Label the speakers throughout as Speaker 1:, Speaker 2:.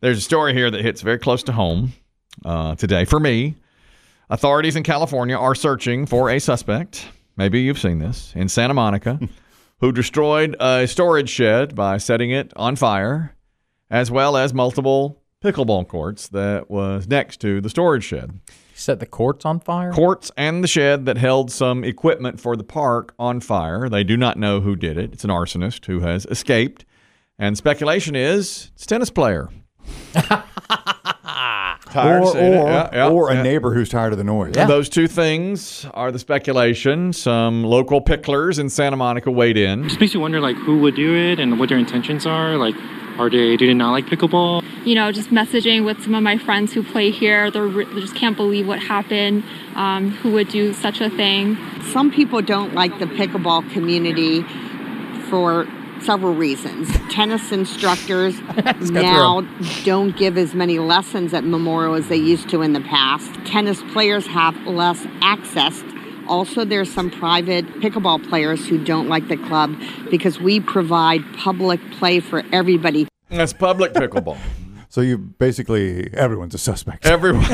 Speaker 1: There's a story here that hits very close to home uh, today for me. Authorities in California are searching for a suspect. Maybe you've seen this in Santa Monica, who destroyed a storage shed by setting it on fire, as well as multiple pickleball courts that was next to the storage shed.
Speaker 2: Set the courts on fire?
Speaker 1: Courts and the shed that held some equipment for the park on fire. They do not know who did it. It's an arsonist who has escaped. And speculation is it's a tennis player.
Speaker 3: Tired,
Speaker 4: or or,
Speaker 3: seen it.
Speaker 1: Yeah, yeah,
Speaker 4: or a
Speaker 1: yeah.
Speaker 4: neighbor who's tired of the noise.
Speaker 2: Yeah.
Speaker 1: Those two things are the speculation. Some local picklers in Santa Monica weighed in.
Speaker 5: It makes you wonder like who would do it and what their intentions are. Like, are they do they not like pickleball?
Speaker 6: you know, just messaging with some of my friends who play here. They're re- they just can't believe what happened. Um, who would do such a thing?
Speaker 7: Some people don't like the pickleball community for several reasons. Tennis instructors now don't give as many lessons at Memorial as they used to in the past. Tennis players have less access. Also, there's some private pickleball players who don't like the club because we provide public play for everybody.
Speaker 1: That's public pickleball.
Speaker 4: So you basically everyone's a suspect.
Speaker 1: Everyone.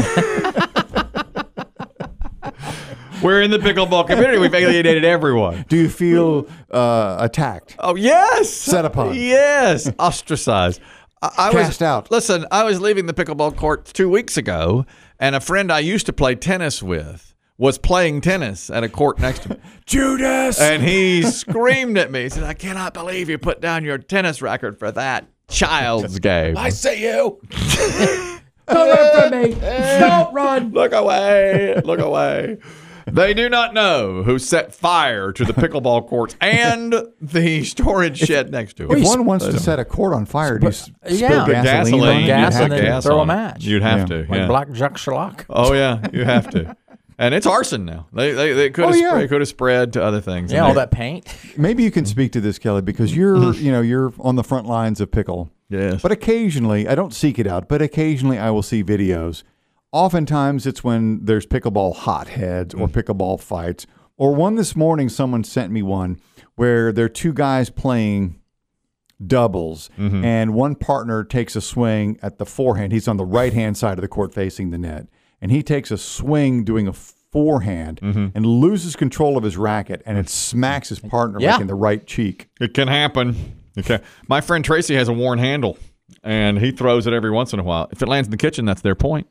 Speaker 1: We're in the pickleball community. We've alienated everyone.
Speaker 4: Do you feel uh, attacked?
Speaker 1: Oh yes,
Speaker 4: Set upon.
Speaker 1: Yes, ostracized. I, I was,
Speaker 4: Cast out.
Speaker 1: Listen, I was leaving the pickleball court two weeks ago, and a friend I used to play tennis with was playing tennis at a court next to me,
Speaker 4: Judas.
Speaker 1: and he screamed at me. He said, "I cannot believe you put down your tennis record for that child's game."
Speaker 4: see you.
Speaker 1: Look away. Look away. They do not know who set fire to the pickleball courts and the storage shed next to
Speaker 4: If
Speaker 1: it.
Speaker 4: one wants to set a court on fire, do you s- spill
Speaker 2: yeah. Gasoline,
Speaker 4: gasoline? on it?
Speaker 2: gas
Speaker 1: you'd
Speaker 2: and
Speaker 1: put
Speaker 2: then throw
Speaker 1: on
Speaker 2: a
Speaker 1: it.
Speaker 2: match.
Speaker 1: You'd have
Speaker 4: Yeah.
Speaker 1: to.
Speaker 2: Like
Speaker 1: yeah.
Speaker 2: Black Jack Shellac.
Speaker 1: Oh yeah, you have to. And it's arson now. They they, they could have
Speaker 4: Oh, yeah.
Speaker 1: spread, could have spread to other things.
Speaker 2: Yeah,
Speaker 1: And
Speaker 2: all
Speaker 1: they-
Speaker 2: that paint.
Speaker 4: Maybe you can speak to this, Kelly, because you're
Speaker 2: Mm-hmm.
Speaker 4: you know you're on the front lines of pickle.
Speaker 1: Yes.
Speaker 4: But occasionally, I don't seek it out, but occasionally I will see videos. Oftentimes, it's when there's pickleball hotheads
Speaker 2: Mm.
Speaker 4: or pickleball fights, or one this morning someone sent me one where there are two guys playing doubles,
Speaker 2: Mm-hmm.
Speaker 4: and one partner takes a swing at the forehand. He's on the right hand side of the court facing the net, and he takes a swing doing a forehand
Speaker 2: Mm-hmm.
Speaker 4: and loses control of his racket, and it smacks his partner
Speaker 2: Yeah.
Speaker 4: like in the right cheek.
Speaker 1: It can happen. Okay. My friend Tracy has a worn handle, and he throws it every once in a while. If it lands in the kitchen, that's their point.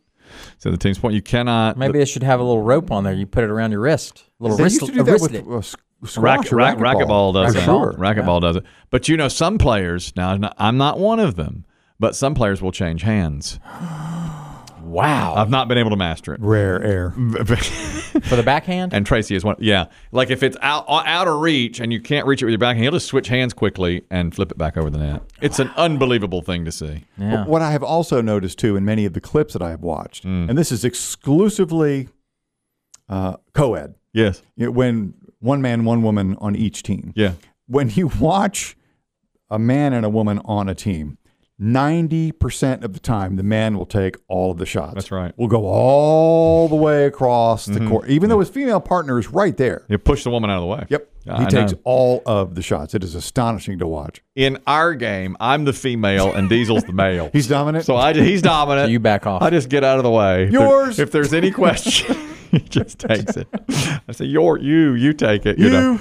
Speaker 1: So the team's point. You cannot
Speaker 2: Maybe it should have a little rope on there. You put it around your wrist. A little
Speaker 4: They
Speaker 2: wrist,
Speaker 4: used to do that
Speaker 2: wristlet.
Speaker 4: with uh, s- squash
Speaker 1: Rack,
Speaker 4: or
Speaker 1: rack, racquetball does that.
Speaker 2: Racquetball.
Speaker 1: Racquetball does it. But you know, some players now. I'm not- I'm not one of them, but some players will change hands.
Speaker 2: Wow.
Speaker 1: I've not been able to master it.
Speaker 4: Rare air.
Speaker 2: For the backhand?
Speaker 1: And Tracy is one. Yeah, like if it's out uh, out of reach and you can't reach it with your backhand, he'll just switch hands quickly and flip it back over the net. It's an unbelievable thing to see.
Speaker 2: Yeah.
Speaker 4: What I have also noticed too in many of the clips that I have watched,
Speaker 1: Mm.
Speaker 4: and this is exclusively uh, co ed,
Speaker 1: Yes.
Speaker 4: when one man, one woman on each team.
Speaker 1: Yeah.
Speaker 4: When you watch a man and a woman on a team, 90% of the time, the man will take all of the shots.
Speaker 1: That's right. Mm-hmm.
Speaker 4: Will go all the way across the court, even though his female partner is right there.
Speaker 1: You push the woman out of the way.
Speaker 4: Yep.
Speaker 1: I
Speaker 4: he takes
Speaker 1: know.
Speaker 4: all of the shots. It is astonishing to watch.
Speaker 1: In our game, I'm the female and Diesel's the male.
Speaker 4: He's dominant.
Speaker 1: so I he's dominant.
Speaker 2: So you back off.
Speaker 1: I just get out of the way. If there-
Speaker 4: Yours.
Speaker 1: if there's any question, he just takes it. I say your you you take it. You, know.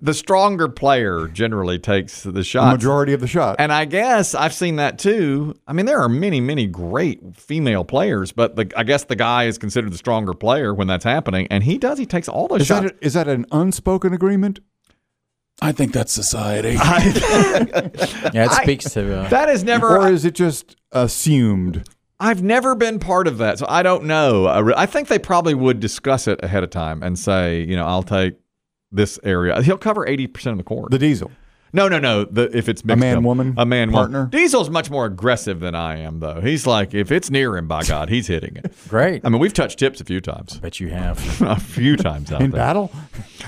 Speaker 1: The stronger player generally takes the
Speaker 4: the
Speaker 1: shot.
Speaker 4: majority of the shot.
Speaker 1: And I guess I've seen that too. I mean, there are many, many great female players, but the, I guess the guy is considered the stronger player when that's happening, and he does. He takes all the
Speaker 4: is, that
Speaker 1: shots.
Speaker 4: a, is that an unspoken agreement?
Speaker 3: I think that's society.
Speaker 2: yeah, it speaks to. Uh,
Speaker 1: that is never.
Speaker 4: or is it just assumed?
Speaker 1: I've never been part of that, so I don't know. I, re- I think they probably would discuss it ahead of time and say, you know, I'll take this area. He'll cover eighty percent of the court.
Speaker 4: The diesel.
Speaker 1: no, no, no. The, if it's mixed
Speaker 4: man,
Speaker 1: up.
Speaker 4: woman,
Speaker 1: a man woman.
Speaker 4: partner?
Speaker 1: Diesel's much more aggressive than I am, though. He's like, if it's near him, by God, he's hitting it.
Speaker 2: great.
Speaker 1: I mean, we've touched tips a few times.
Speaker 2: bet you have.
Speaker 1: a few times out
Speaker 4: In
Speaker 1: there.
Speaker 4: battle?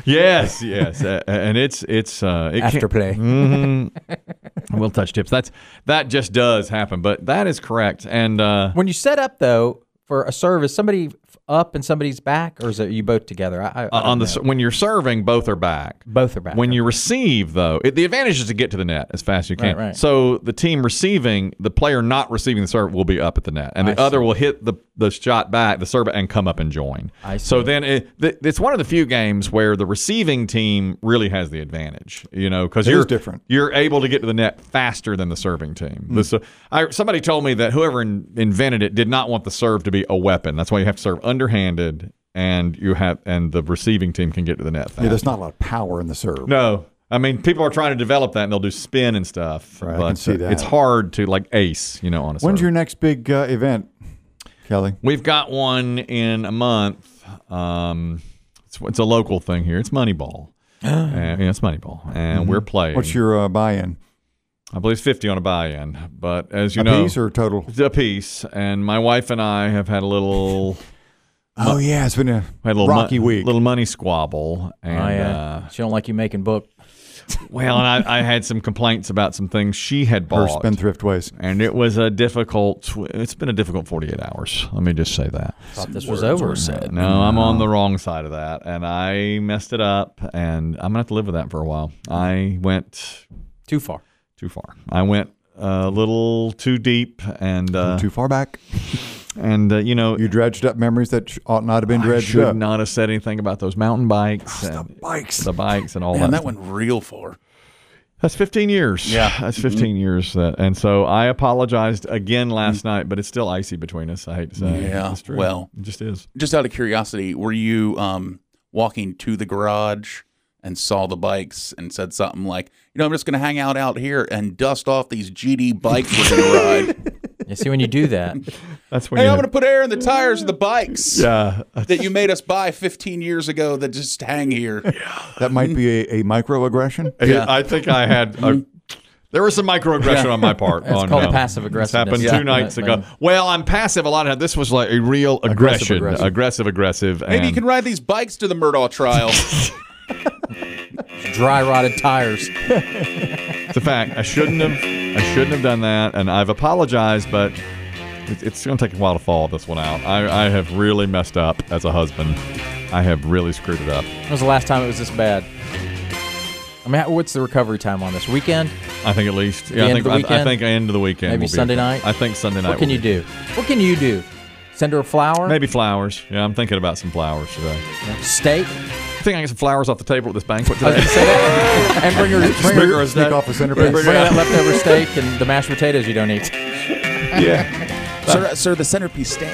Speaker 1: Yes, yes, uh, and it's it's uh, it
Speaker 2: After
Speaker 1: can't-
Speaker 2: play.
Speaker 1: We'll touch tips. That's that just does happen, but that is correct. And uh,
Speaker 2: When you set up, though, for a service, somebody f- up and somebody's back, or is it you both together? I, I, I
Speaker 1: Uh, on the
Speaker 2: don't
Speaker 1: s
Speaker 2: know.
Speaker 1: when you're serving, both are back.
Speaker 2: both are back.
Speaker 1: When you receive, though, it, the advantage is to get to the net as fast as you can.
Speaker 2: Right, right.
Speaker 1: So the team receiving, the player not receiving the serve will be up at the net, and the
Speaker 2: I
Speaker 1: other will hit the, the shot back, the serve, and come up and join.
Speaker 2: I
Speaker 1: So
Speaker 2: see.
Speaker 1: then it, th- it's one of the few games where the receiving team really has the advantage, you know, because
Speaker 4: It is
Speaker 1: you're
Speaker 4: different.
Speaker 1: You're able to get to the net faster than the serving team.
Speaker 4: Hmm.
Speaker 1: The ser- I, somebody told me that whoever in, invented it did not want the serve to be a weapon. That's why you have to serve underhanded, and you have and the receiving team can get to the net. Faster.
Speaker 4: Yeah, there's not a lot of power in the serve.
Speaker 1: No. I mean, people are trying to develop that and they'll do spin and stuff.
Speaker 4: Right, I
Speaker 1: but
Speaker 4: can see that.
Speaker 1: It's hard to like ace, you know, on a
Speaker 4: When's
Speaker 1: serve.
Speaker 4: your next big uh, event, Kelly?
Speaker 1: We've got one in a month. Um, it's, it's a local thing here. It's Moneyball. and, yeah, it's Moneyball. And we're playing.
Speaker 4: Mm-hmm. What's your uh, buy-in?
Speaker 1: I believe it's 50 on a buy in. But as you
Speaker 4: a
Speaker 1: know,
Speaker 4: piece or total?
Speaker 1: it's a piece. And my wife and I have had a little,
Speaker 4: Oh yeah, it's been a,
Speaker 1: had a little
Speaker 4: rocky
Speaker 1: mon-
Speaker 4: week.
Speaker 1: little money squabble.
Speaker 2: Oh,
Speaker 1: And
Speaker 2: yeah.
Speaker 1: uh,
Speaker 2: she don't like you making book.
Speaker 1: well, and I, I had some complaints about some things she had
Speaker 4: Her
Speaker 1: bought.
Speaker 4: spendthrift ways.
Speaker 1: and it was a difficult it's been a difficult 48 hours let me just say that
Speaker 2: Thought this was over.
Speaker 1: no i'm on the wrong side of that and i messed it up and i'm gonna have to live with that for a while i went
Speaker 2: Too far.
Speaker 1: too far i went a little too deep and uh,
Speaker 4: Too far back.
Speaker 1: and uh, you know
Speaker 4: You dredged up memories that sh- ought not have been
Speaker 1: I
Speaker 4: dredged
Speaker 1: should
Speaker 4: up.
Speaker 1: not have said anything about those mountain bikes
Speaker 3: The
Speaker 1: and
Speaker 3: bikes.
Speaker 1: the bikes and all
Speaker 3: Man,
Speaker 1: that
Speaker 3: that went real far.
Speaker 1: That's 15 years.
Speaker 3: Yeah.
Speaker 1: That's 15 years. That, and so I apologized again last night, but it's still icy between us. I hate to say it.
Speaker 3: Yeah,
Speaker 1: It's true.
Speaker 3: well.
Speaker 1: It just is.
Speaker 3: Just out of curiosity, were you um, walking to the garage and saw the bikes and said something like, you know, I'm just going to hang out out here and dust off these GD bikes we're going to ride?
Speaker 2: You see, when you do that,
Speaker 1: That's when
Speaker 3: hey,
Speaker 1: you uh,
Speaker 3: I'm going to put air in the tires of the bikes
Speaker 1: Yeah.
Speaker 3: that you made us buy 15 years ago that just hang here.
Speaker 4: That might be a, a microaggression.
Speaker 3: Yeah. Mm-hmm.
Speaker 1: I think I had. A, there was some microaggression on my part.
Speaker 2: It's
Speaker 1: on,
Speaker 2: called
Speaker 1: uh,
Speaker 2: passive
Speaker 1: This happened
Speaker 2: aggressiveness.
Speaker 1: two
Speaker 2: Yeah.
Speaker 1: nights
Speaker 2: That
Speaker 1: ago.
Speaker 2: thing.
Speaker 1: Well, I'm passive a lot of This was like a real aggression,
Speaker 4: Aggressive aggressive.
Speaker 1: aggressive, aggressive.
Speaker 3: Maybe you
Speaker 1: and-
Speaker 3: can ride these bikes to the Murdaugh trial.
Speaker 2: dry rotted tires.
Speaker 1: It's a fact. I shouldn't have. I shouldn't have done that, and I've apologized, but it- it's going to take a while to fall this one out. I, I have really messed up as a husband. I have really screwed it up.
Speaker 2: When was the last time it was this bad? I mean, how- what's the recovery time on this weekend?
Speaker 1: I think at least. Yeah, I
Speaker 2: end
Speaker 1: think.
Speaker 2: of the
Speaker 1: I, I
Speaker 2: weekend?
Speaker 1: think end of the weekend.
Speaker 2: Maybe
Speaker 1: will be
Speaker 2: Sunday
Speaker 1: okay.
Speaker 2: night?
Speaker 1: I think Sunday night.
Speaker 2: What can
Speaker 1: will
Speaker 2: you
Speaker 1: be-
Speaker 2: do? What can you do? Send her a flower,
Speaker 1: Maybe flowers. Yeah, I'm thinking about some flowers today.
Speaker 2: steak,
Speaker 1: I think I can get some flowers off the table at this banquet
Speaker 2: I was
Speaker 1: today.
Speaker 2: gonna say that. and bring her, bring her,
Speaker 1: bring her a
Speaker 4: Sneak
Speaker 1: snack.
Speaker 4: off a centerpiece.
Speaker 2: bring her that leftover steak and the mashed potatoes you don't eat.
Speaker 3: sir, sir, the centerpiece stay.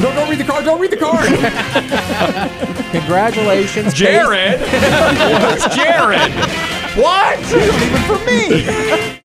Speaker 4: No, don't read the card. Don't read the card.
Speaker 2: Congratulations,
Speaker 1: Jared? What's Jared? What?
Speaker 4: Even for me.